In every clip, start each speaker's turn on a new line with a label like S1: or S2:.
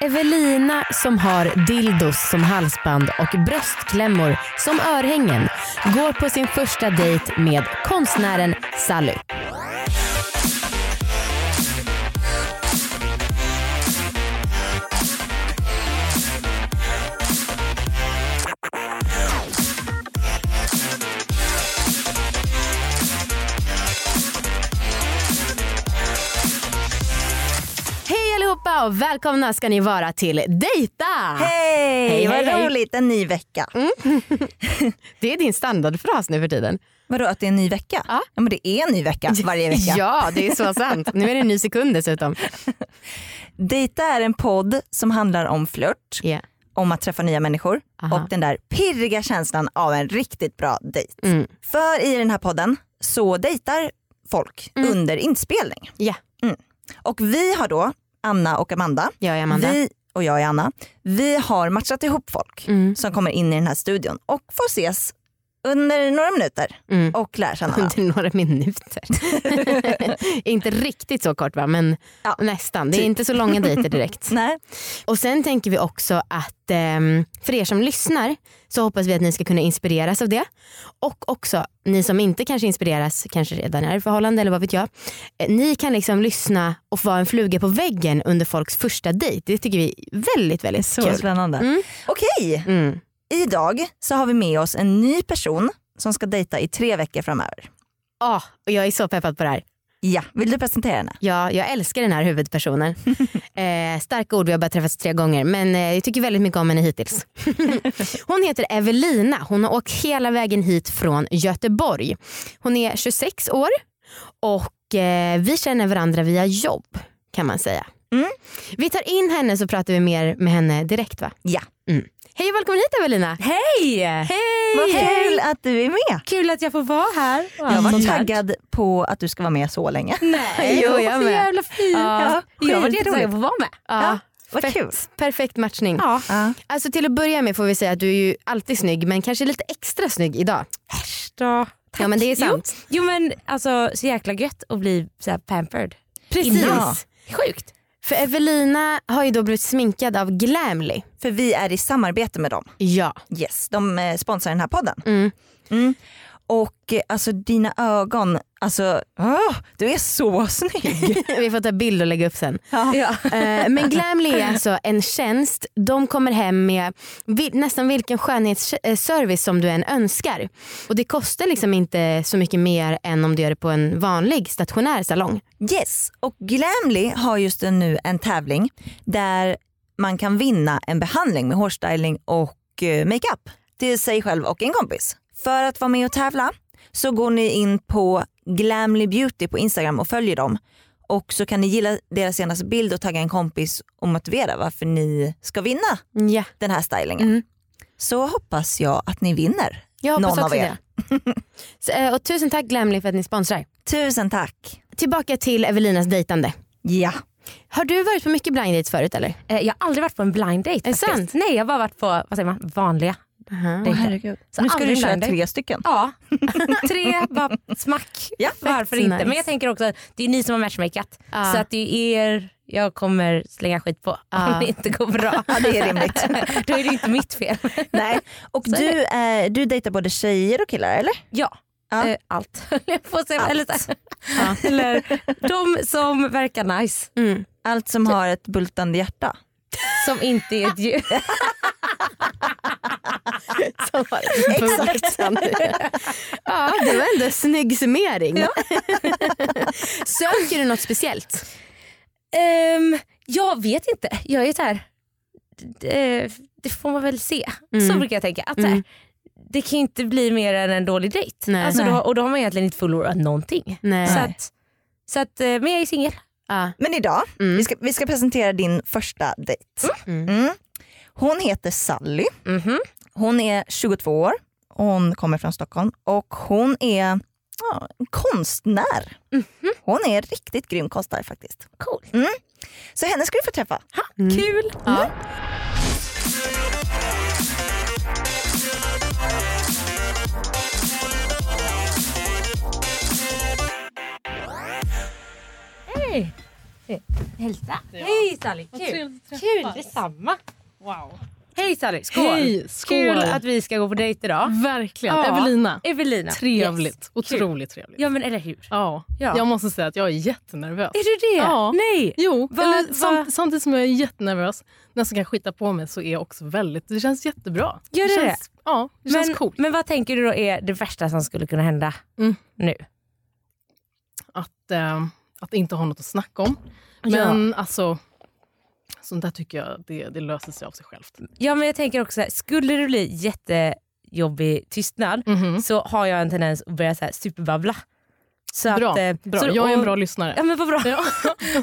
S1: Evelina som har dildos som halsband och bröstklämmor som örhängen går på sin första dejt med konstnären Sally. Hej allihopa och välkomna ska ni vara till Dejta!
S2: Hej!
S1: Hej,
S2: vad
S1: hej, Mm. hej.
S2: roligt, en ny vecka.
S1: Det är din standardfras nu för tiden.
S2: Vadå att det är en ny vecka?
S1: Ja.
S2: men det är en ny vecka varje vecka.
S1: Ja, det är så sant. Nu är det en ny sekund dessutom.
S2: Dejta är en podd som handlar om flört,
S1: Ja.
S2: om att träffa nya människor
S1: Aha.
S2: och den där pirriga känslan av en riktigt bra dejt.
S1: Mm.
S2: För i den här podden så dejtar folk
S1: Mm.
S2: under inspelning.
S1: Ja.
S2: Mm. Och vi har då, Anna och Amanda,
S1: Jag är Amanda.
S2: Vi, och jag är Anna, vi har matchat ihop folk
S1: Mm.
S2: som kommer in i den här studion och får ses under några minuter
S1: Mm.
S2: och lär känna varandra.
S1: Under några minuter. inte riktigt så kort va, men
S2: Ja,
S1: nästan. Det är
S2: typ.
S1: inte så långa dejter direkt.
S2: Nej.
S1: Och sen tänker vi också att ehm, för er som lyssnar så hoppas vi att ni ska kunna inspireras av det. Och också ni som inte kanske inspireras, kanske redan är i förhållande eller vad vet jag. Eh, ni kan liksom lyssna och vara en fluga på väggen under folks första dejt. Det tycker vi är väldigt väldigt
S2: Så
S1: kul.
S2: spännande.
S1: Mm.
S2: Okej,
S1: Mm.
S2: idag så har vi med oss en ny person som ska dejta i tre veckor framöver.
S1: Ah, och jag är så peppad på det här.
S2: Ja, vill du presentera henne?
S1: Ja, jag älskar den här huvudpersonen. eh, starka ord, vi har bara träffats tre gånger men eh, jag tycker väldigt mycket om henne hittills. hon heter Evelina, hon har åkt hela vägen hit från Göteborg. Hon är 26 år och eh, vi känner varandra via jobb kan man säga.
S2: Mm.
S1: Vi tar in henne så pratar vi mer med henne direkt va?
S2: Ja.
S1: Mm. Hej och välkommen hit Evelina!
S3: Hej!
S1: Hej!
S2: Vad kul att du är med.
S3: Kul att jag får vara här. och
S2: Jag
S3: allt
S2: var
S3: sånt här.
S2: taggad på att du ska vara med så länge.
S3: Nej,
S1: Jo,
S3: jo,
S1: jag
S3: jag så
S1: med.
S3: jävla fint.
S1: Mm. Ja,
S3: jag var
S1: skitroligt.
S3: redan att få vara med.
S1: Ja,
S2: Vad kul.
S1: perfekt matchning.
S3: Ja.
S2: Ja.
S1: Alltså till att börja med får vi säga att du är ju alltid snygg men kanske lite extra snygg idag.
S3: Då.
S1: Ja men det
S3: Jo.
S1: är sant.
S3: Jo men alltså så jäkla gött att bli så här pampered.
S1: Precis.
S2: Ja.
S3: Sjukt.
S1: För Evelina har ju då blivit sminkad av Glamly.
S2: För vi är i samarbete med dem.
S1: Ja.
S2: Yes, de eh, sponsrar den här podden.
S1: Mm.
S2: Mm. Och eh, alltså dina ögon, alltså åh, du är så snygg.
S1: Vi får ta bild och lägga upp sen.
S2: ja.
S1: Eh, Men Glamly är alltså en tjänst. De kommer hem med vi- nästan vilken skönhetsservice som du än önskar. Och det kostar liksom inte så mycket mer än om du gör det på en vanlig stationär salong.
S2: Yes, och Glamly har just nu en tävling där man kan vinna en behandling med hårstyling och eh, makeup till sig själv och en kompis. För att vara med och tävla så går ni in på Glamly Beauty på Instagram och följer dem. Och så kan ni gilla deras senaste bild och tagga en kompis och motivera varför ni ska vinna
S1: Ja.
S2: den här stylingen.
S1: Mm.
S2: Så hoppas jag att ni vinner.
S1: Jag hoppas
S2: Någon av
S1: också
S2: er.
S1: det. Så, eh, och tusen tack Glamly för att ni sponsrar.
S2: Tusen tack.
S1: Tillbaka till Evelinas dejtande.
S2: Ja.
S1: Har du varit på mycket blind dates förut eller?
S3: Eh, Jag har aldrig varit på en blind date
S1: det
S3: faktiskt.
S1: sant?
S3: Nej jag har bara varit på vad säger man, vanliga
S1: uh
S3: dejter. Så
S2: Nu ska
S3: aldrig
S2: du köra
S3: blind date.
S2: tre stycken.
S3: Ja, tre bara smack.
S2: Ja,
S3: Varför
S1: fett
S3: inte?
S1: nice.
S3: Men jag tänker också att det är ni som har matchmakat.
S1: Ja.
S3: Så att det är er jag kommer slänga skit på
S1: Ja.
S3: om det inte går bra.
S2: Ja, det är rimligt.
S3: Då är det inte mitt fel.
S2: Nej. Och
S3: Så är
S2: du, eh, du dejtar både tjejer och killar eller?
S3: Ja,
S2: Ja.
S3: eh, allt höll jag på att säga.
S2: Allt.
S3: Eller, så- eller de som verkar nice,
S1: Mm.
S2: Allt som har ett bultande hjärta.
S3: som inte är ett djur.
S1: Som var Exakt. ja, det var ändå en snygg summering. Söker du något speciellt?
S3: Ehm, jag vet inte, jag är så här, det, det får man väl se.
S1: Mm.
S3: Så brukar jag tänka. Att så här,
S1: Mm.
S3: Det kan ju inte bli mer än en dålig dejt.
S1: Nej.
S3: Alltså,
S2: Nej.
S3: då, och då har man egentligen inte förlorat någonting.
S1: Nej.
S3: Så
S2: Nej.
S3: att, så att, eh, men jag är singel.
S1: Ja.
S2: Men idag,
S1: Mm.
S2: vi, ska, vi ska presentera din första dejt.
S1: Mm.
S2: Mm. Hon heter Sally.
S3: Mhm.
S2: Hon är 22 år. Hon kommer från Stockholm och hon är ja, en konstnär. Hon är riktigt grym konstnär faktiskt.
S3: Cool.
S2: Mm. Så henne ska du få träffa. Mm.
S3: Kul!
S1: Mm. Ja.
S3: Hälsa! Hej Sally! Kul! Kul! Detsamma!
S4: Wow.
S3: Hej Sally! Skål!
S4: Hej, skål.
S3: Kul att vi ska gå på dejt idag.
S4: Verkligen.
S3: Ja.
S4: Evelina.
S3: Evelina.
S4: Trevligt.
S3: Yes. Kul.
S4: Otroligt trevligt.
S3: Ja men eller hur?
S4: Ja.
S3: Ja.
S4: Jag måste säga att jag är jättenervös.
S3: Är du det?
S4: Ja.
S3: Nej!
S4: Jo,
S3: Va-
S4: eller,
S3: va-
S4: samt, samtidigt som jag är jättenervös, när som kan skita på mig så är jag också väldigt... Det känns jättebra.
S3: Gör det
S4: känns, Ja, det
S3: men,
S4: känns coolt.
S3: men vad tänker du då är det värsta som skulle kunna hända
S4: Mm.
S3: nu?
S4: Att, eh, att inte ha något att snacka om. Men alltså, sånt där tycker jag det, det löser sig av sig självt.
S3: Ja men jag tänker också, så här, skulle det bli jättejobbig tystnad
S4: Mhm.
S3: så har jag en tendens att börja så här superbabbla. Så
S4: Bra,
S3: eh,
S4: bra.
S3: så-
S4: jag är en
S3: och-
S4: bra lyssnare.
S3: Ja men vad bra.
S4: Ja.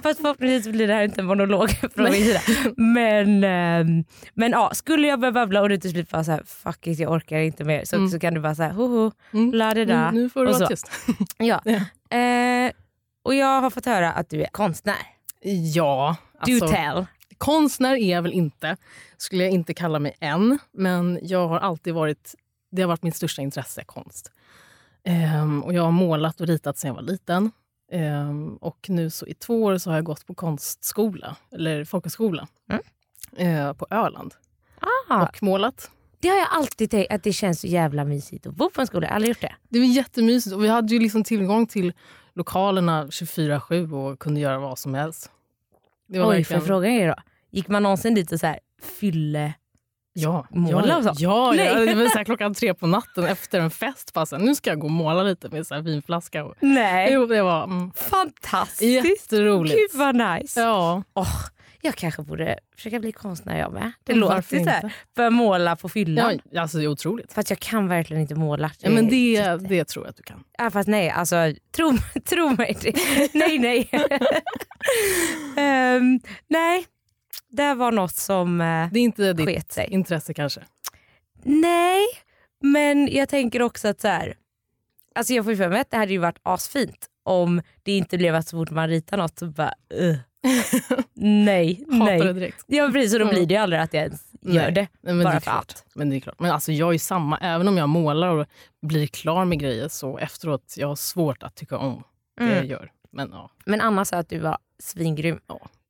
S3: Fast förhoppningsvis blir det här inte en monolog från min sida. Men, ehm, men ja, skulle jag börja babbla och du till slut bara så här, fuck it jag orkar inte mer så,
S4: Mm.
S3: så kan du bara så här, hoho,
S4: Mm.
S3: la det där.
S4: Nu, nu får du
S3: och
S4: vara
S3: så.
S4: tyst.
S3: Ja.
S4: Ja.
S3: Eh, och jag har fått höra att du är konstnär.
S4: Ja,
S3: Do tell.
S4: Alltså, Konstnär är jag väl inte, skulle jag inte kalla mig än. Men jag har alltid varit, det har varit mitt största intresse, konst. Ehm, och jag har målat och ritat sedan jag var liten. Ehm, och nu så i två år så har jag gått på konstskola, eller folkhögskola,
S3: Mm.
S4: eh, på Öland.
S3: Ah,
S4: Och målat.
S3: det har jag alltid tänkt att det känns så jävla mysigt att bo på en skola. Jag har aldrig gjort det.
S4: Det var jättemysigt och vi hade ju liksom tillgång till lokalerna 24-7 och kunde göra vad som helst. Det
S3: Oj,
S4: verkligen-
S3: för frågan är då, gick man någonsin dit och så här, fylle...
S4: Ja,
S3: Måla
S4: ja,
S3: och så?
S4: Ja, ja,
S3: Nej.
S4: det var så här klockan tre på natten efter en fest. Bara så här, nu ska jag gå och måla lite med så här vinflaska. Och...
S3: Nej.
S4: Jo, det var mm,
S3: Fantastiskt.
S4: jätteroligt.
S3: Gud vad nice.
S4: Ja,
S3: Åh, jag kanske borde försöka bli konstnär jag med. Det
S4: Men
S3: låter
S4: varför
S3: ju så här.
S4: inte?
S3: Börja måla på fyllan.
S4: ja, alltså det är otroligt.
S3: Fast jag kan verkligen inte måla.
S4: Ja, men det, det tror jag att du kan.
S3: Ja, fast nej, alltså tro, tro mig. Det, nej, nej. Ehm, nej, det var något som eh,
S4: Det är inte ditt
S3: sket sig.
S4: intresse kanske.
S3: Nej, men jag tänker också att så här, alltså jag får ju för mig att det hade ju varit asfint om det inte blev att så fort man ritar något så bara uh. Nej,
S4: Hatar
S3: nej.
S4: det direkt.
S3: Ja precis, så då blir det ju aldrig att jag ens gör
S4: Nej.
S3: det.
S4: Nej, men
S3: Bara
S4: det är
S3: för
S4: klart.
S3: att.
S4: Men det är klart. Men alltså jag är samma. Även om jag målar och blir klar med grejer så efteråt jag har svårt att tycka om
S3: Mm.
S4: det jag gör. Men ja.
S3: Men Anna sa att du var svingrym.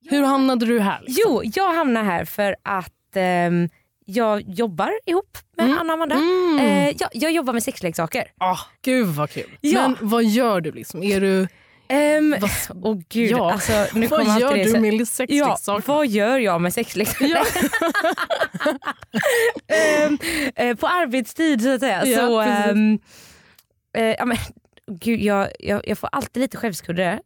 S4: Hur hamnade du här? liksom?
S3: Jo, jag hamnar här för att ehm, jag jobbar ihop med Anna och Amanda.
S4: Mm.
S3: Eh, jag, jag jobbar med sexleksaker.
S4: Ah, gud vad kul.
S3: Ja.
S4: Men vad gör du? liksom? Är du...
S3: Ehm,
S4: Vad,
S3: Åh gud,
S4: Ja.
S3: alltså, nu kommer
S4: vad
S3: alltid
S4: gör
S3: det
S4: du
S3: så-
S4: med
S3: Ja,
S4: sexleksaker?
S3: vad gör jag med sexleksaker?
S4: Ja.
S3: Ehm, eh, på arbetstid så att säga.
S4: Ja,
S3: så,
S4: precis.
S3: ehm, eh, ja, men, gud, jag, jag, jag får alltid lite skämskudde.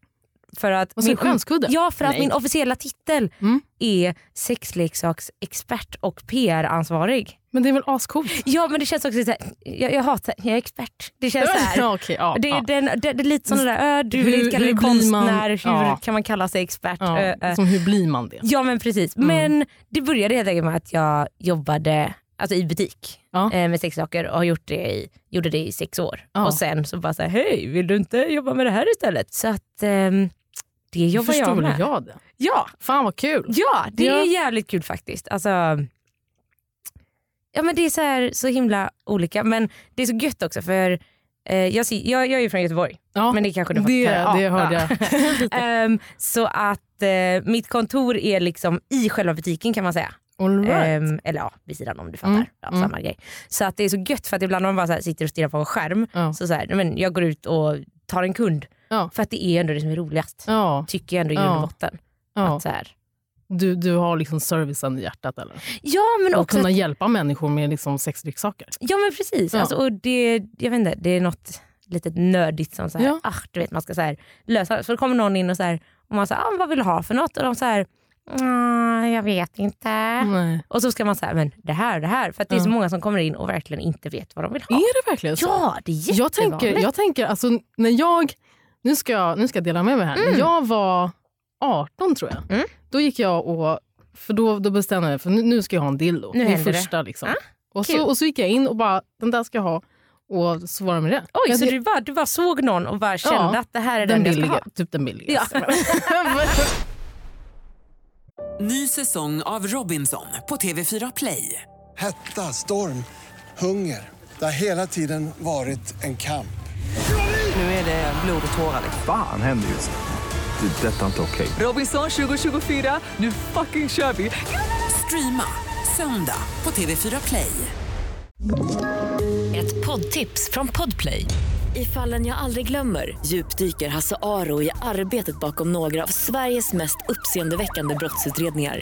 S3: För att
S4: Vad sa du, skämskudde?
S3: Ja, för att
S4: Nej.
S3: min officiella titel
S4: Mm.
S3: är sexleksaksexpert och PR-ansvarig.
S4: Men det är väl ascoolt?
S3: Ja men det känns också så här, jag, jag hatar, jag är expert. Det känns så här.
S4: Ja, okej, ja,
S3: Det, är
S4: ja.
S3: den, det, det är lite sådana där, ö, du
S4: Hur-
S3: vill kalla dig
S4: hur blir man-
S3: konstnär, hur
S4: ja.
S3: kan man kalla sig expert?
S4: Ja,
S3: Ö, ö.
S4: Som hur blir man det?
S3: Ja men precis.
S4: Mm.
S3: Men det började helt enkelt med att jag jobbade alltså, i butik
S4: Ja.
S3: eh, med sexsaker och har gjort det i, gjorde det i sex år.
S4: Ja.
S3: Och sen så bara så här, hej vill du inte jobba med det här istället? Så att ehm, det jobbar jag
S4: Förstår
S3: med.
S4: jag det?
S3: Ja,
S4: Fan vad kul.
S3: Ja, det
S4: Ja.
S3: är jävligt kul faktiskt. Alltså, ja, men det är så, här, så himla olika, men det är så gött också för eh, jag, ser, jag, jag är ju från Göteborg,
S4: Ja,
S3: men det kanske du har fått
S4: det,
S3: höra.
S4: det hörde
S3: ja.
S4: jag.
S3: Ehm, så att eh, mitt kontor är liksom i själva butiken kan man säga.
S4: All right.
S3: Ehm, eller ja, vid sidan om du fattar.
S4: Mm,
S3: Ja,
S4: mm.
S3: Samma grej. Så att det är så gött för att ibland när man bara så här sitter och stirrar på en skärm,
S4: Ja.
S3: så, så här, nej, men jag går ut och tar en kund.
S4: Ja.
S3: För att det är ändå det som är roligast,
S4: Ja,
S3: tycker jag ändå i
S4: Ja.
S3: grund och botten.
S4: ja.
S3: Att så här,
S4: Du, du har liksom servicen i hjärtat eller?
S3: ja men
S4: Och
S3: också
S4: kunna hjälpa människor med liksom sexleksaker.
S3: Ja men precis.
S4: Ja.
S3: Alltså, och det, jag vet inte, det är något litet nördigt som så här,
S4: Ja.
S3: ah, du vet, man ska så här, lösa det. Så då kommer någon in och, så här, och man säger ah, vad vill du ha för något? Och de så här, "Mm, jag vet inte.
S4: Nej.
S3: Och så ska man säga men det här, det här. För att det är så
S4: Mm. Ja.
S3: många som kommer in och verkligen inte vet vad de vill ha.
S4: Är det verkligen så?
S3: Ja, det är
S4: jag
S3: jättevanligt.
S4: tänker, jag tänker alltså, när jag, nu ska jag, nu ska jag dela med mig här. När
S3: Mm.
S4: jag var 18 tror jag, då gick jag och, för då, då bestämde jag mig för nu, nu ska jag ha en dildo.
S3: Nu
S4: Min
S3: händer det. Ah,
S4: första liksom. Och
S1: Kul.
S4: så, och så gick jag in och bara, den där ska jag ha. Och så var det med det.
S3: Oj,
S4: jag
S3: så du bara, du bara såg någon och bara kände att det här är den,
S4: den
S3: jag ska
S4: billiga,
S3: ha?
S4: typ den billigaste.
S5: Ny säsong av Robinson på TV4 Play.
S6: Hetta, storm, hunger. Det har hela tiden varit en kamp.
S5: liksom.
S7: Fan händer just det. Det är detta inte okej.
S5: Robinson 2024, nu fucking kör vi! Streama söndag på TV4 Play.
S8: Ett poddtips från Podplay. I fallen jag aldrig glömmer djupdyker Hasse Aro i arbetet bakom några av Sveriges mest uppseendeväckande brottsutredningar.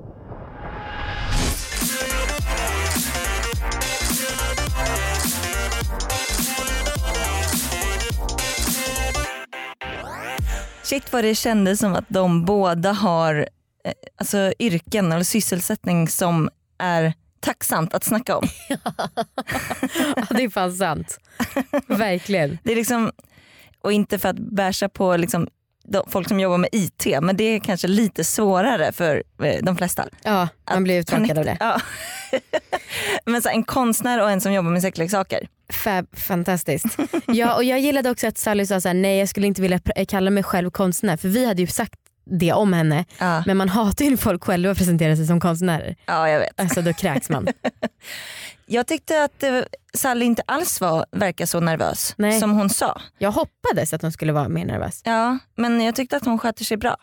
S2: Shit vad det kändes som att de båda har eh, alltså, yrken eller sysselsättning som är tacksamt att snacka om.
S3: det är fan sant. Verkligen.
S2: Det är liksom, och inte för att bärsa på liksom, de, folk som jobbar med IT men det är kanske lite svårare för eh, de flesta.
S1: Ja, man blir uttråkad av det.
S2: Ja. men så, här, en konstnär och en som jobbar med sexleksaker.
S1: Fab, fantastiskt. Ja, och jag gillade också att Sally sa så här, nej jag skulle inte vilja pr- kalla mig själv konstnär för vi hade ju sagt det om henne
S2: Ja,
S1: men man hatar ju när folk själva presenterar sig som konstnärer.
S2: ja jag vet.
S1: Alltså då kräks man.
S2: Jag tyckte att eh, Sally inte alls var, verkar så nervös
S1: Nej.
S2: som hon sa.
S1: Jag hoppades att hon skulle vara mer nervös.
S2: Ja, men jag tyckte att hon sköter sig bra.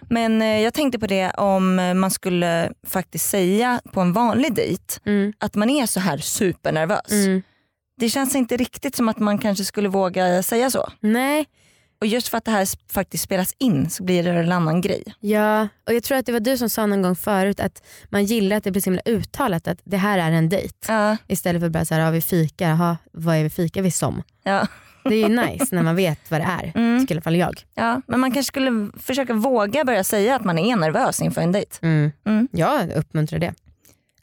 S2: Men eh, jag tänkte på det om eh, man skulle faktiskt säga på en vanlig dejt
S1: Mm.
S2: att man är så här supernervös.
S1: Mm.
S2: Det känns inte riktigt som att man kanske skulle våga säga så.
S1: Nej,
S2: Och just för att det här sp- faktiskt spelas in så blir det en annan grej.
S1: ja och jag tror att det var du som sa någon gång förut att man gillar att det blir så himla uttalat att det här är en dejt.
S2: Ja,
S1: Istället för bara så här, har vi fika, Jaha, vad är vi fika vi som?
S2: ja,
S1: Det är ju nice när man vet vad det är,
S2: Mm.
S1: tycker i alla fall jag.
S2: ja. Men man kanske skulle försöka våga börja säga att man är nervös inför en dejt.
S1: Mm.
S2: Mm.
S1: Jag uppmuntrar det.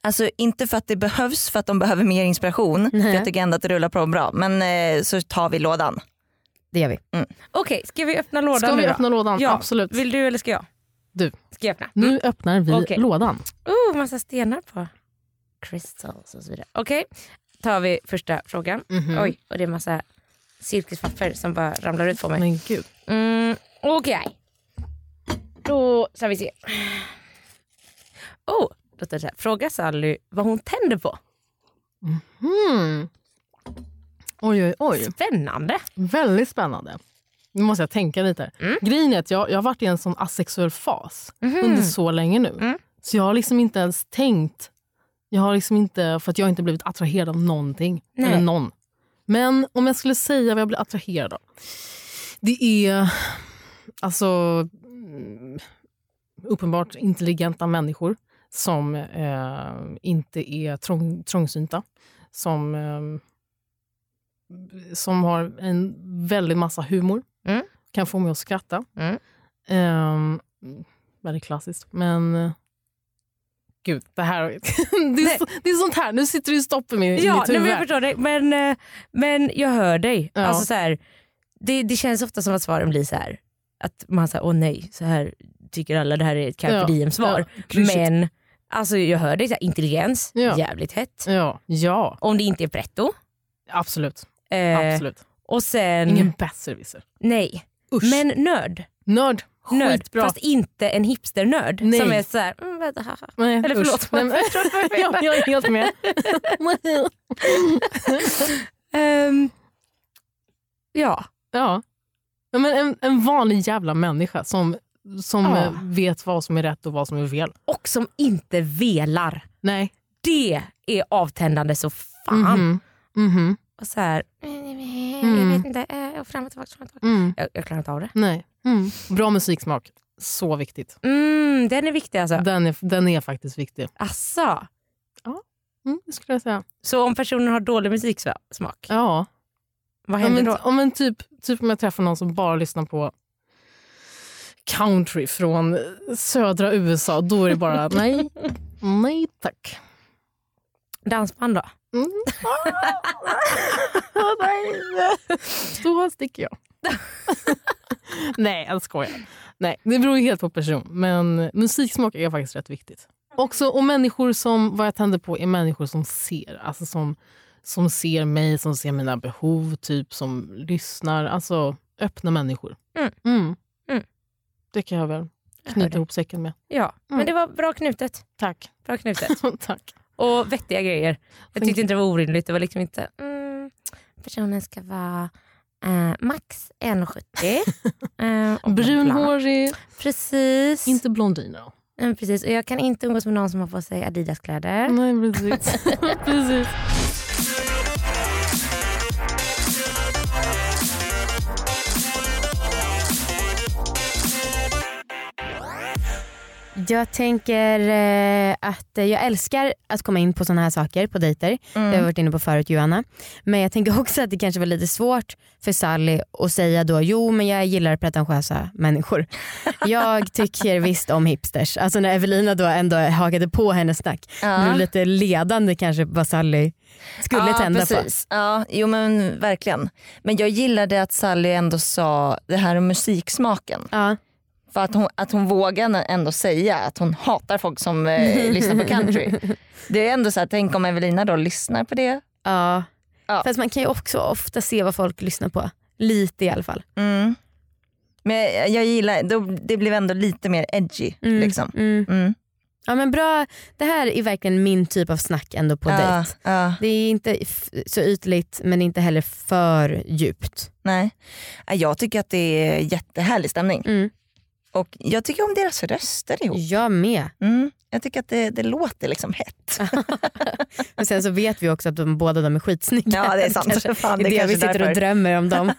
S2: Alltså inte för att det behövs för att de behöver mer inspiration. För
S1: Nej.
S2: jag tycker ändå att det rullar på bra. Men eh, så tar vi lådan.
S1: Det gör vi.
S3: Okej, ska vi öppna lådan
S4: ska
S3: nu
S4: vi
S3: då?
S4: öppna lådan?
S3: Ja.
S4: Absolut.
S3: Vill du eller ska jag?
S4: Du. Mm.
S3: Ska jag öppna?
S4: Nu öppnar vi
S3: Mm. Okej.
S4: lådan.
S3: Oh, massa stenar på. Crystals och så vidare. Okej, tar vi första frågan.
S4: Mhm.
S3: Oj, och det är massa silkespapper som bara ramlar ut på mig.
S4: Men gud.
S3: Mm, Okej. Då ska vi se. Oh, då står det så här. Fråga Sally vad hon tänder på.
S4: Hmm. Oj, oj, oj.
S3: Spännande.
S4: Väldigt spännande. Nu måste jag tänka lite.
S3: Mm.
S4: Grejen är att jag, jag har varit i en sån asexuell fas
S3: Mhm.
S4: under så länge nu.
S3: Mm.
S4: Så jag har liksom inte ens tänkt. Jag har liksom inte, för att jag har inte blivit attraherad av någonting.
S3: Nej.
S4: Eller någon. Men om jag skulle säga vad jag blir attraherad av. Det är alltså mm, uppenbart intelligenta människor som eh, inte är trång, trångsynta. Som eh, som har en väldigt massa humor.
S3: Mm.
S4: Kan få mig att skratta.
S3: Mm.
S4: Ehm, väldigt klassiskt. Men eh, gud, det här... det, är
S3: Nej.
S4: så, det är sånt här. Nu sitter du i stopp i min, i
S3: Ja, nej,
S4: mitt huvud.
S3: men jag förstår dig. Men, eh, men jag hör dig.
S4: Ja.
S3: Alltså, så här, det, det känns ofta som att svaren blir så här. Att man säger åh nej, så här tycker alla det här är ett carpe
S4: Ja,
S3: diem svar.
S4: ja, klyschigt.
S3: men alltså, jag hör dig, så här, intelligens,
S4: Ja.
S3: jävligt hett.
S4: ja, ja,
S3: Om det inte är pretto.
S4: absolut.
S3: Eh,
S4: absolut. Mm.
S3: Och sen,
S4: Ingen besserwisser.
S3: nej.
S4: Usch.
S3: Men nörd.
S4: Nörd.
S3: nörd
S4: Skitbra.
S3: fast inte en hipsternörd
S4: Nej.
S3: som är så här, mm, vänta, haha.
S4: Nej,
S3: Eller
S4: usch.
S3: förlåt,
S4: Nej, men- jag, jag är helt med.
S3: Ehm, ja.
S4: Ja. Ja, Men en, en vanlig jävla människa som, som
S3: Ja.
S4: eh, vet vad som är rätt och vad som är fel.
S3: Och som inte velar.
S4: Nej.
S3: Det är avtändande så fan.
S4: Mhm. Mhm.
S3: Och så här,
S4: Mm.
S3: jag vet inte, eh, och fram och tillbaka, fram och tillbaka.
S4: Mm.
S3: Jag, jag klarar inte av det.
S4: Nej. Mm. Bra musiksmak. Så viktigt.
S3: Mm, den är viktig alltså.
S4: Den är, den är faktiskt viktig.
S3: Asså.
S4: Mm, det skulle jag säga.
S3: Så om personen har dålig musiksmak,
S4: Ja.
S3: vad
S4: Om
S3: händer
S4: en,
S3: då?
S4: om en typ, typ om jag träffar någon som bara lyssnar på country från södra USA, då är det bara nej, nej tack.
S3: Dansband då?
S4: Mm. nej. Då sticker jag. nej, jag skojar. Nej, det beror ju helt på person, men musiksmak är faktiskt rätt viktigt. Också, och människor som, vad jag tänder på är människor som ser. Alltså som, som ser mig, som ser mina behov, typ som lyssnar. Alltså öppna människor.
S3: Mm. Mm.
S4: Det kan jag väl
S3: hör det.
S4: knyta ihop säcken med.
S3: Ja, men
S4: Mm.
S3: det var bra knutet.
S4: Tack.
S3: Bra knutet.
S4: Tack.
S3: Och vettiga grejer. Jag
S4: Thank
S3: tyckte
S4: you.
S3: inte det var orimligt. Det var liksom inte... Mm, personen ska vara eh, max 1,70. eh, och bla, bla.
S4: Brunhårig,
S3: Precis.
S4: inte blondiner.
S3: Mm, precis. Och jag kan inte umgås med någon som har på sig Adidas-kläder.
S4: Nej, precis. precis.
S1: Jag tänker eh, att eh, jag älskar att komma in på sådana här saker på dejter.
S2: Mm.
S1: Det har vi varit inne på förut Johanna. Men jag tänker också att det kanske var lite svårt för Sally att säga då jo men jag gillar pretentiösa människor. Jag tycker visst om hipsters. Alltså när Evelina då ändå hakade på hennes snack.
S2: Ja.
S1: Nu lite ledande kanske vad Sally skulle
S2: ja,
S1: tända på.
S2: precis. Ja, jo men verkligen. Men jag gillade att Sally ändå sa det här om musiksmaken.
S1: Ja.
S2: För att hon, att hon vågade ändå säga att hon hatar folk som eh, lyssnar på country. Det är ändå så här, tänk om Evelina då lyssnar på det.
S1: Ja.
S2: Ja.
S1: Fast man kan ju också ofta se vad folk lyssnar på. Lite i alla fall.
S2: Mm. Men jag, jag gillar, då, det blev ändå lite mer edgy.
S1: Mm,
S2: Liksom.
S1: Mm.
S2: Mm.
S1: Ja men bra, det här är verkligen min typ av snack ändå på
S2: ja,
S1: dejt.
S2: ja,
S1: Det är inte f- så ytligt men inte heller för djupt.
S2: nej. Ja, Jag tycker att det är jättehärlig stämning.
S1: Mm.
S2: Och jag tycker om deras röster ihop.
S1: Jag med.
S2: Mm. Jag tycker att det, det låter liksom hett.
S1: Men sen så vet vi också att de, båda de är skitsnygga.
S2: Ja det är
S1: Kanske-
S2: sant. Fan,
S1: det är det vi
S2: kanske
S1: sitter och
S2: därför.
S1: drömmer om dem.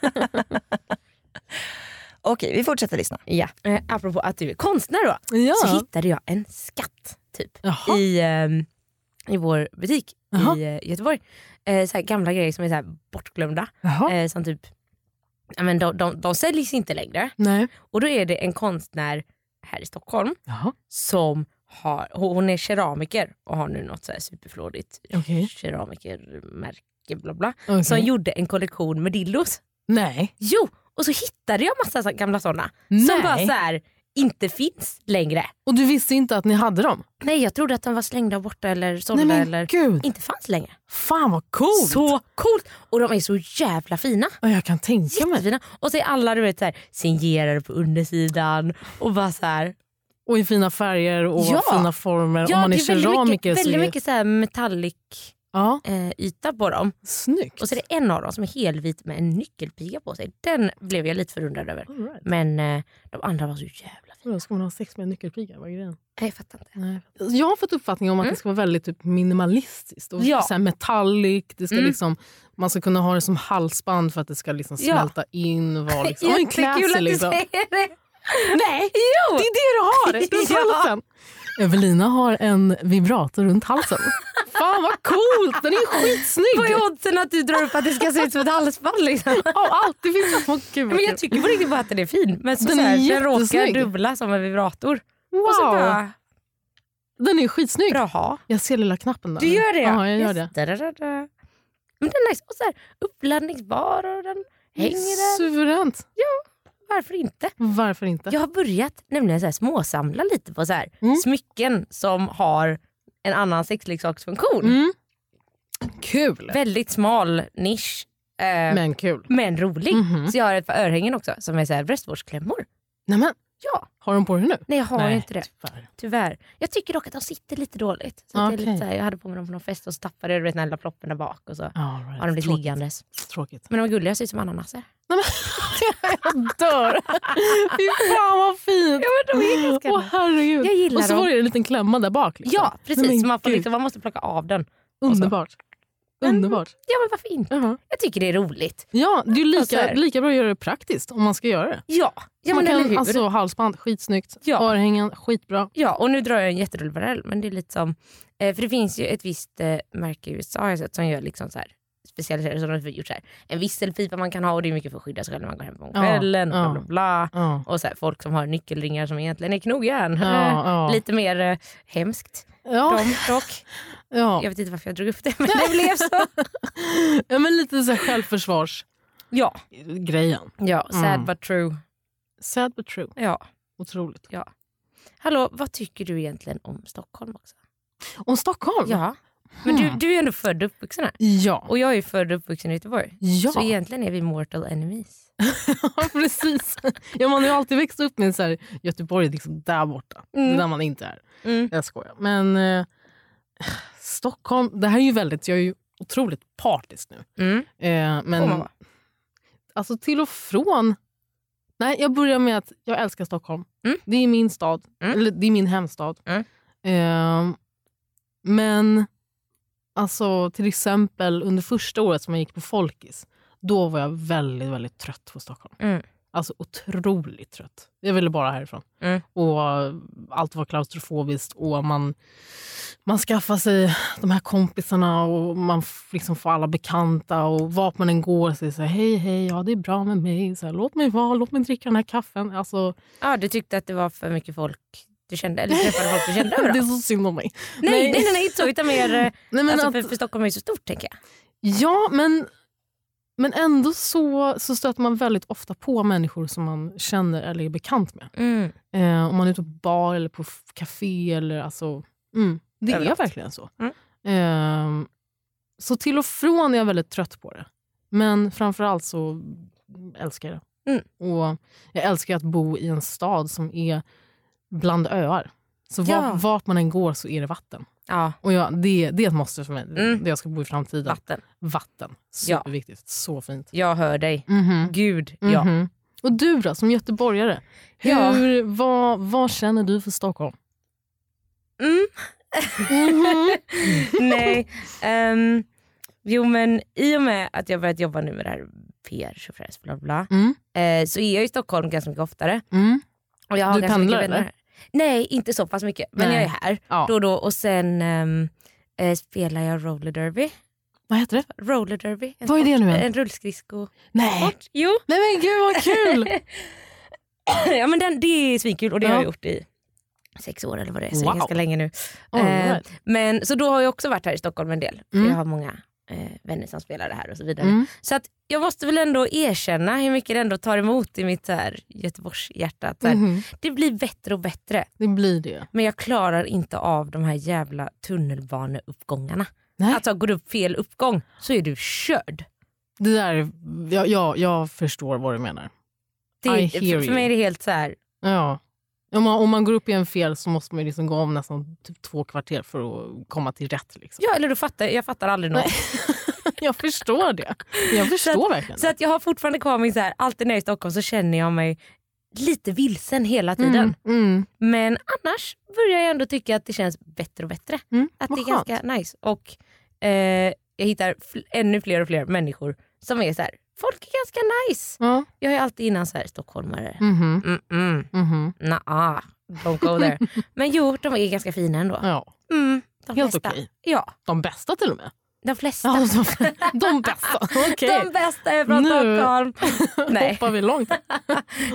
S2: Okej vi fortsätter lyssna.
S1: ja.
S3: Eh, apropå att du är konstnär då, så
S4: Ja.
S3: hittade jag en skatt typ
S4: Jaha.
S3: i, ehm, i vår butik
S4: Jaha.
S3: i eh, Göteborg. Eh, så här gamla grejer som är så här bortglömda.
S4: Jaha.
S3: Eh, som typ, ja, men de, de, de säljs inte längre.
S4: Nej.
S3: Och då är det en konstnär här i Stockholm
S4: Jaha.
S3: som har, hon hon är keramiker och har nu något så här superflådigt
S4: Okej. Mm.
S3: keramikermärke bla bla.
S4: Okej.
S3: Som gjorde en kollektion med dildos.
S4: Nej.
S3: Jo, och så hittade jag massa så- gamla sådana som
S4: Nej.
S3: bara så här inte finns längre.
S4: Och du visste inte att ni hade dem?
S3: Nej jag trodde att de var slängda borta eller sålda
S4: Nej men
S3: eller
S4: gud.
S3: inte fanns längre.
S4: Fan vad coolt.
S3: Så coolt! Och de är så jävla fina.
S4: Ja, jag kan tänka mig.
S3: Jättefina. Och så är alla du vet, så här, signerade på undersidan och bara så här.
S4: Och i fina färger och
S3: Ja.
S4: fina former.
S3: Ja,
S4: Om man är,
S3: det är väldigt
S4: keramiker
S3: mycket,
S4: så är
S3: väldigt
S4: det-
S3: mycket så här metallic
S4: Ja,
S3: eh, yta på dem.
S4: snyggt.
S3: Och så är det en av dem som är helvit med en nyckelpiga på sig. Den blev jag lite förundrad över.
S4: All right.
S3: Men eh, de andra var så jävla fina.
S4: Då ska man ha sex med en nyckelpiga? Vad är grejen?
S3: Nej, jag fattar inte.
S4: Nej. Jag har fått uppfattningen om att det ska vara väldigt typ, minimalistiskt och
S3: Ja.
S4: så här metallic. Det ska
S3: Mm.
S4: liksom, man ska kunna ha det som halsband för att det ska liksom
S3: Ja.
S4: smälta in. och Vara, liksom, och en
S3: Jättekul
S4: classy,
S3: att du
S4: liksom.
S3: säger det.
S4: Nej, jo. det är det du har runt
S3: Ja.
S4: halsen. Evelina har en vibrator runt halsen. Fan vad coolt, den är
S3: Vad
S4: skitsnygg.
S3: är oddsen att du drar upp att det ska se ut som ett halsband? Liksom?
S4: Oh, allt, det finns så kul.
S3: Men jag tycker på riktigt bara att den är fin. Men så
S4: Den
S3: så
S4: är
S3: här, den råkar
S4: jättesnygg.
S3: dubbla som en vibrator. Och så
S4: wow,
S3: bara,
S4: den är skitsnygg.
S3: bra ha.
S4: Jag ser lilla knappen där.
S3: Du gör det?
S4: Ja, jag gör det.
S3: Da, da, da, da. Men den är nice. Och så här, uppladdningsbar och den hänger där.
S4: Suveränt.
S3: Varför inte?
S4: Varför inte?
S3: Jag har börjat nämligen så här, småsamla lite på så här,
S4: Mm.
S3: smycken som har en annan sexleksaksfunktion.
S4: Mm. Kul,
S3: Väldigt smal nisch. Eh, men.
S4: men kul.
S3: rolig.
S4: Mhm.
S3: Så jag har ett par örhängen också som är så här bröstvårdsklämmor.
S4: Nämen,
S3: Ja,
S4: har de på dig nu?
S3: nej jag har
S4: Nej,
S3: inte det.
S4: tyvärr.
S3: Tyvärr. Jag tycker dock att de sitter lite dåligt. Så att det är lite
S4: Okej.
S3: så här, jag hade på mig dem på någon fest och så tappade jag du vet, den här lilla ploppen där bak och så
S4: All right.
S3: har de blivit
S4: Tråkigt.
S3: liggandes.
S4: Tråkigt.
S3: Men de är gulliga, ser ut som ananaser.
S4: Jag dör. Fy fan vad fint.
S3: Ja, men de är ganska
S4: Åh herregud.
S3: Jag gillar
S4: och så
S3: dem.
S4: var det en liten klämma där bak. Liksom.
S3: Ja,
S4: Nej,
S3: precis.
S4: men
S3: Man, får
S4: gud.
S3: liksom, Mm. man måste plocka av den.
S4: Underbart. Underbart.
S3: Ja, men varför inte?
S4: Jaha.
S3: Jag tycker det är roligt.
S4: Ja, det är ju
S3: Alltså här.
S4: lika, lika bra att göra det praktiskt om man ska göra det.
S3: Ja, ja
S4: man
S3: men eller hur?
S4: kan, alltså, halsband, skitsnyggt.
S3: Ja.
S4: Örhängen, skitbra.
S3: Ja, och nu drar jag en jätterolig parallell, men det är lite som... eh, För det finns ju ett visst eh, märke i USA jag har sett, som gör liksom så här specialiserade som de gjort så här, en visselpipa man kan ha och det är mycket för att skydda sig själv när man går hem på
S4: Ja,
S3: kvällen.
S4: ja.
S3: Bla, bla, bla.
S4: Ja.
S3: Och så här, folk som har nyckelringar som egentligen är knogjärn.
S4: Eh, Ja, ja.
S3: Lite mer eh, hemskt.
S4: Ja,
S3: De, dock.
S4: ja.
S3: Jag vet inte varför jag drog upp det men det blev så.
S4: ja men lite så här självförsvarsgrejen.
S3: Ja, ja sad
S4: Mm.
S3: but true.
S4: Sad but true.
S3: Ja.
S4: Otroligt.
S3: Hallå, vad tycker du egentligen om Stockholm också?
S4: Om Stockholm?
S3: Ja. Men du, du är ändå född och uppvuxen här.
S4: Ja.
S3: Och jag är ju född och uppvuxen i Göteborg.
S4: ja.
S3: Så egentligen är vi mortal enemies.
S4: Ja, precis. Ja, man har ju alltid växt upp med så här, Göteborg är liksom där borta. Det är där man inte är.
S3: Mm.
S4: Jag skojar. Men eh, Stockholm, det här är ju väldigt, jag är ju otroligt partisk nu.
S3: Mm.
S4: Eh,
S3: Får man
S4: men
S3: vara.
S4: alltså till och från. Nej, jag börjar med att jag älskar Stockholm.
S3: Mm.
S4: Det är min stad.
S3: Mm.
S4: Eller det är min hemstad.
S3: Mm.
S4: Eh, men alltså till exempel under första året som jag gick på Folkis. Då var jag väldigt, väldigt trött på Stockholm.
S3: Mm.
S4: Alltså otroligt trött. Jag ville bara härifrån.
S3: Mm.
S4: Och allt var klaustrofobiskt och man, man skaffar sig de här kompisarna och man f- liksom får alla bekanta och vart man än går så är det så här, hej hej, ja det är bra med mig, så här, låt mig vara, låt mig dricka den här kaffen. Alltså,
S3: Ja, du tyckte att det var för mycket folk du kände, eller träffade folk du kände
S4: det är
S3: överallt.
S4: så synd om mig.
S3: Nej,
S4: Nej.
S3: nej, nej, nej, inte så. Utan mer, eh,
S4: Nej, men
S3: alltså,
S4: att-
S3: för, för Stockholm är ju så stort tänker jag.
S4: Ja, men, men ändå så, så stöter man väldigt ofta på människor som man känner eller är bekant med.
S3: Mm.
S4: Eh, om man är ute på bar eller på f- café. Eller, alltså, mm, det är
S3: Överallt.
S4: verkligen så.
S3: Mm.
S4: Eh, så till och från är jag väldigt trött på det. Men framförallt så älskar jag det.
S3: Mm.
S4: Och jag älskar att bo i en stad som är bland öar. Så var,
S3: Ja.
S4: vart man än går så är det vatten.
S3: Ja,
S4: Och jag, det, det är ett måste för mig.
S3: Mm.
S4: Det jag ska bo i framtiden.
S3: vatten.
S4: Vatten.
S3: Ja.
S4: Superviktigt. Så fint.
S3: Jag hör dig.
S4: Mhm.
S3: Gud, ja.
S4: Mhm. Och du då, som göteborgare?
S3: Ja.
S4: Hur, vad, vad känner du för Stockholm?
S3: Mm.
S4: Mhm.
S3: Nej. ehm, jo men i och med att jag börjat jobba nu med det här PR, chaufförs, bla bla.
S4: Mm.
S3: Eh, så är jag i Stockholm ganska mycket oftare.
S4: Mm.
S3: Och jag har
S4: Du
S3: ganska
S4: pendlar,
S3: mycket vänner
S4: eller?
S3: här. Nej inte så pass mycket men
S4: Nej.
S3: jag är här
S4: Ja.
S3: då och då och sen ehm, eh, spelar jag roller derby.
S4: Vad heter det?
S3: Roller derby. En
S4: Vad är det
S3: sport-
S4: nu igen? Äh.
S3: En rullskridsko.
S4: Nej.
S3: Sport. Jo.
S4: Nej men gud vad kul!
S3: Eh, ja, men den, det är svinkul och det har jag
S4: Ja.
S3: gjort i sex år eller vad det är, så det är
S4: Wow.
S3: ganska länge nu.
S4: All
S3: Eh,
S4: right.
S3: Men, så då har jag också varit här i Stockholm en del, för
S4: Mm.
S3: jag har många eh, vänner som spelar det här och så vidare.
S4: Mm.
S3: Så att jag måste väl ändå erkänna hur mycket det ändå tar emot i mitt så här Göteborgshjärta. att så här,
S4: Mhm.
S3: Det blir bättre och bättre
S4: Det blir det.
S3: men jag klarar inte av de här jävla tunnelbaneuppgångarna.
S4: Nej.
S3: Alltså går du upp fel uppgång så är du körd.
S4: det där, jag, jag, jag förstår vad du menar.
S3: Det,
S4: I
S3: för,
S4: hear
S3: för
S4: you.
S3: mig är det helt så här.
S4: Ja. Om man, om man går upp i en fel så måste man ju liksom gå om nästan typ två kvarter för att komma till rätt. Liksom.
S3: ja eller du fattar, jag fattar aldrig något.
S4: Jag förstår det. Jag förstår verkligen
S3: Så
S4: det.
S3: att jag har fortfarande kvar min så här, alltid när jag är i Stockholm så känner jag mig lite vilsen hela tiden.
S4: Mm. Mm.
S3: Men annars börjar jag ändå tycka att det känns bättre och bättre.
S4: Mm.
S3: Att
S4: Vad
S3: det är
S4: skönt.
S3: ganska nice. Och eh, jag hittar fl- ännu fler och fler människor som är så här, folk är ganska nice.
S4: Ja.
S3: Jag är alltid innan så här stockholmare.
S4: Mhm.
S3: Mm -mm.
S4: Mhm.
S3: Nah, don't go there. Men jo, de är ganska fina ändå.
S4: Ja.
S3: Mm, de
S4: Helt
S3: flesta.
S4: okej.
S3: Ja,
S4: De bästa till och med.
S3: de flesta.
S4: Ja, de, de bästa. Okej.
S3: De bästa är från
S4: Nu.
S3: Stockholm. Nej.
S4: Hoppar vi långt?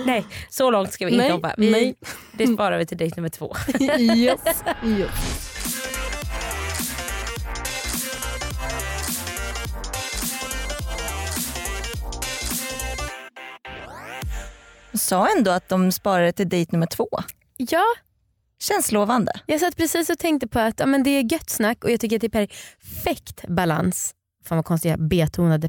S3: Nej, så långt ska vi inte
S4: Nej,
S3: hoppa. Vi,
S4: nej.
S3: Det sparar vi till dejt nummer två.
S4: yes. yes.
S2: Sa ändå att de sparade till dejt nummer två.
S1: Ja,
S2: Känns lovande.
S1: jag satt precis och tänkte på att ja, men det är gött snack och jag tycker att det är perfekt balans. Fan vad konstigt jag betonade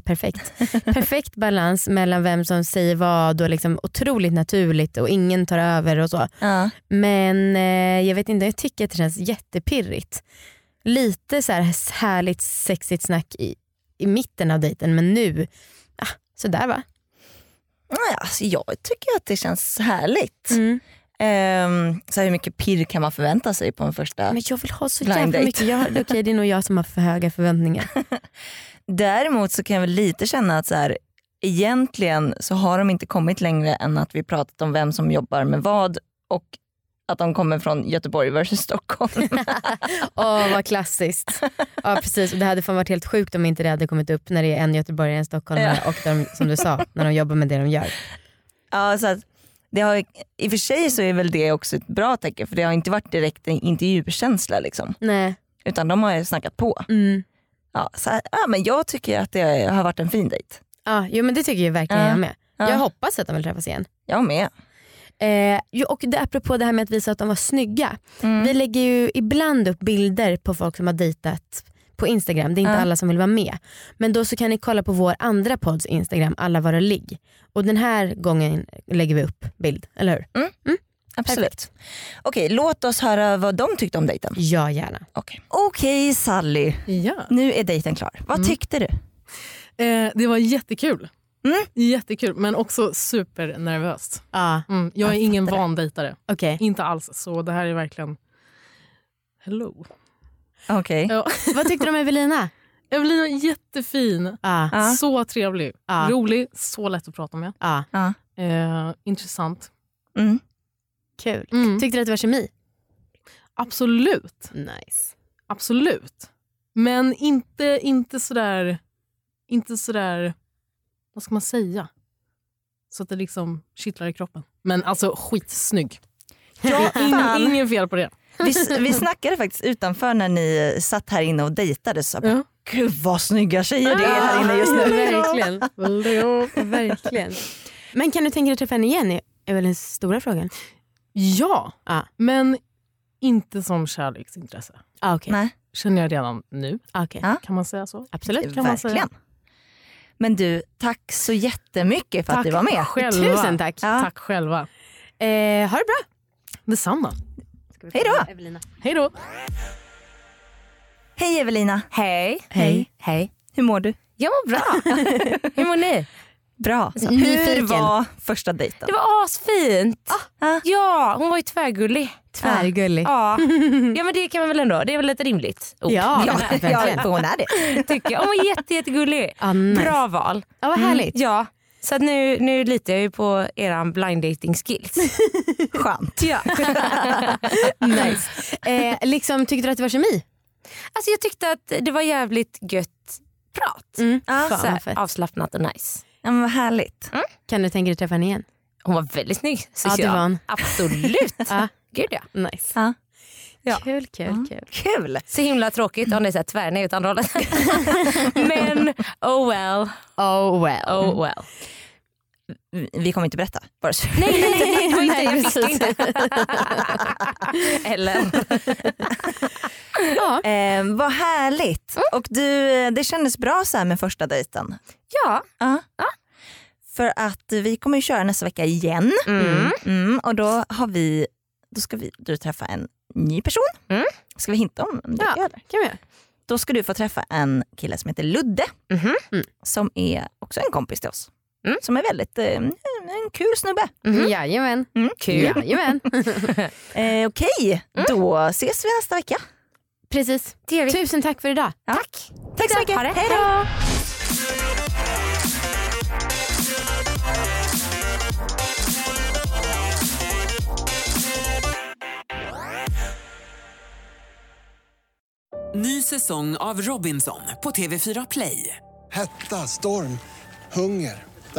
S1: perfekt. perfekt balans mellan vem som säger vad och liksom otroligt naturligt och ingen tar över och så.
S2: Ja.
S1: Men eh, jag vet inte, jag tycker att det känns jättepirrigt. Lite så här härligt sexigt snack i, i mitten av dejten men nu, ah, sådär va.
S2: Nej, Alltså, jag tycker att det känns härligt.
S1: Mm.
S2: Ehm, så här, hur mycket pirr kan man förvänta sig på en första?
S1: Men jag vill ha så
S2: Blind
S1: jävla
S2: date.
S1: mycket. Jag, okej, det är nog jag som har för höga förväntningar.
S2: Däremot så kan jag väl lite känna att så här, egentligen så har de inte kommit längre än att vi pratat om vem som jobbar med vad och att de kommer från Göteborg versus Stockholm.
S1: Åh, vad klassiskt. Ja, precis. Och Det hade fan varit helt sjukt om inte det hade kommit upp när det är en göteborgare, en stockholmare och de, som du sa, när de jobbar med det de gör.
S2: ja, så att det har, I och för sig så är väl det också ett bra tecken för det har inte varit direkt en intervjukänsla liksom.
S1: Nej.
S2: Utan de har ju snackat på.
S1: Mm.
S2: Ja, så här, ja, men jag tycker att det har varit en fin dejt.
S1: Ja, jo, men det tycker jag verkligen
S2: Ja.
S1: jag med.
S2: Ja.
S1: Jag hoppas att de vill träffas igen.
S2: Jag med.
S1: Eh, jo, och det, apropå det här med att visa att de var snygga.
S2: Mm.
S1: Vi lägger ju ibland upp bilder på folk som har dejtat på Instagram. Det är inte
S2: Ja.
S1: alla som vill vara med. Men då så kan ni kolla på vår andra podds Instagram, Alla våra ligg. Och den här gången lägger vi upp bild, eller hur?
S2: Absolut. Okej, låt oss höra vad de tyckte om dejten.
S1: Ja, gärna.
S2: Okej, Okej, Sally.
S4: Ja.
S2: Nu är dejten klar. Vad tyckte du?
S4: Eh, det var jättekul.
S2: Mm.
S4: Jättekul, men också supernervöst.
S1: Ja,
S4: Mm. Jag är ingen
S2: fattar det.
S4: vandejtare.
S1: okej.
S4: Inte alls. Så det här är verkligen... Hello.
S2: Okej.
S4: Ja.
S1: Vad tyckte du om Evelina?
S4: Evelina är jättefin.
S1: Ja,
S2: Ja.
S4: Så trevlig.
S1: Ja.
S4: Rolig. Så lätt att prata med.
S1: ja.
S4: Eh, intressant.
S2: Mm.
S1: Kul.
S4: Mm.
S1: Tyckte du att det var kemi?
S4: Absolut.
S1: Nice.
S4: Absolut. Men inte, inte sådär... Inte sådär... Vad ska man säga? Så att det liksom kittlar i kroppen. Men alltså skitsnygg.
S2: Ja,
S4: Ingen,
S2: fan.
S4: ingen fel på det.
S2: Vi, vi snackade faktiskt utanför när ni eh, satt här inne och dejtade. Så jag bara,
S4: Ja.
S2: Gud vad snygga tjejer det är här inne just nu.
S1: Verkligen. Verkligen. Men kan du tänka dig att träffa henne igen? är- är väl den stora frågan.
S4: Ja,
S2: Ah.
S1: Ja.
S4: men inte som kärleksintresse.
S1: Ah, okej.
S2: Nej,
S4: Känner jag redan nu.
S1: Ah, okej.
S2: Ja.
S4: Kan man säga så?
S1: Absolut.
S4: Kan man säga.
S2: verkligen. Men du, tack så jättemycket för att du var med.
S4: Själva.
S1: Tusen tack.
S2: Ja.
S4: Tack själva.
S1: Eh, ha det bra.
S2: Ah.
S4: Detsamma.
S2: Hej då!
S4: Hej då.
S2: Hej Evelina! Hej!
S1: Hej.
S2: Hej! Hur mår du?
S3: Jag mår bra. Hur mår ni?
S2: Bra. Hur
S1: Nyfiken.
S2: var första dejten?
S3: Det var asfint.
S2: ah.
S3: Ja, hon var ju tvärgullig.
S1: Ah. Tvärgullig.
S3: Ja. ja men det kan man väl ändå, det är väl ett rimligt ord.
S1: Ja,
S2: Ja,
S1: verkligen.
S2: ja, för hon är det.
S3: Tycker jag. Hon var jätte, jättegullig.
S1: Ah, nice.
S3: Bra val. Mm,
S1: Ah, vad härligt.
S3: Ja, så att nu, nu litar jag ju på eran blind dating skills. Alltså,
S2: Skönt.
S3: ja.
S1: Nice. Eh, liksom, tyckte du att det var kemi?
S3: Alltså jag tyckte att det var jävligt gött prat.
S1: Mm.
S2: Ja,
S3: Så
S1: Fan,
S3: här,
S1: vad fett.
S3: avslappnat och nice.
S2: Ja, men vad härligt.
S1: Kan du tänka dig att träffa henne igen?
S3: Hon var väldigt snygg
S1: Ja,
S3: tycker
S1: det var
S3: jag.
S1: hon.
S3: Absolut.
S1: Ja.
S3: Gud ja.
S1: Nice.
S2: Ja.
S3: Ja.
S1: Kul, kul, kul.
S2: Kul!
S3: Så himla tråkigt om det är så här tvärnej åt andra hållet. Men oh well,
S1: Oh well.
S3: oh well.
S2: Vi kommer inte berätta. Bara så.
S3: Nej, nej, nej, det var inte, jag fick
S1: precis.
S3: inte. Eller?
S1: Ja.
S2: Eh, vad härligt.
S3: Mm.
S2: Och du, eh, det kändes bra så här med första dejten.
S3: Ja.
S2: Ja. För att eh, vi kommer ju köra nästa vecka igen.
S3: Mm.
S2: Mm, och då, har vi, då ska vi, du träffa en ny person.
S3: Mm.
S2: Ska vi hinta om det?
S1: Ja, kan vi göra.
S2: Då ska du få träffa en kille som heter Ludde.
S3: Mhm.
S1: Mm.
S2: Som är också en kompis till oss.
S3: Mm.
S2: Som är väldigt eh, en en kul snubbe.
S1: Mm.
S3: Mhm.
S1: Jajamän.
S3: Kul.
S1: Jajamän.
S3: Mm.
S2: Eh, Okej, då ses vi nästa vecka.
S1: Precis.
S3: Det gör vi.
S1: Tusen tack för idag.
S2: Tack. Tack så mycket.
S3: Ha det.
S2: Hej då.
S5: Ny säsong av Robinson på TV4 Play.
S6: Hetta, storm, hunger. Det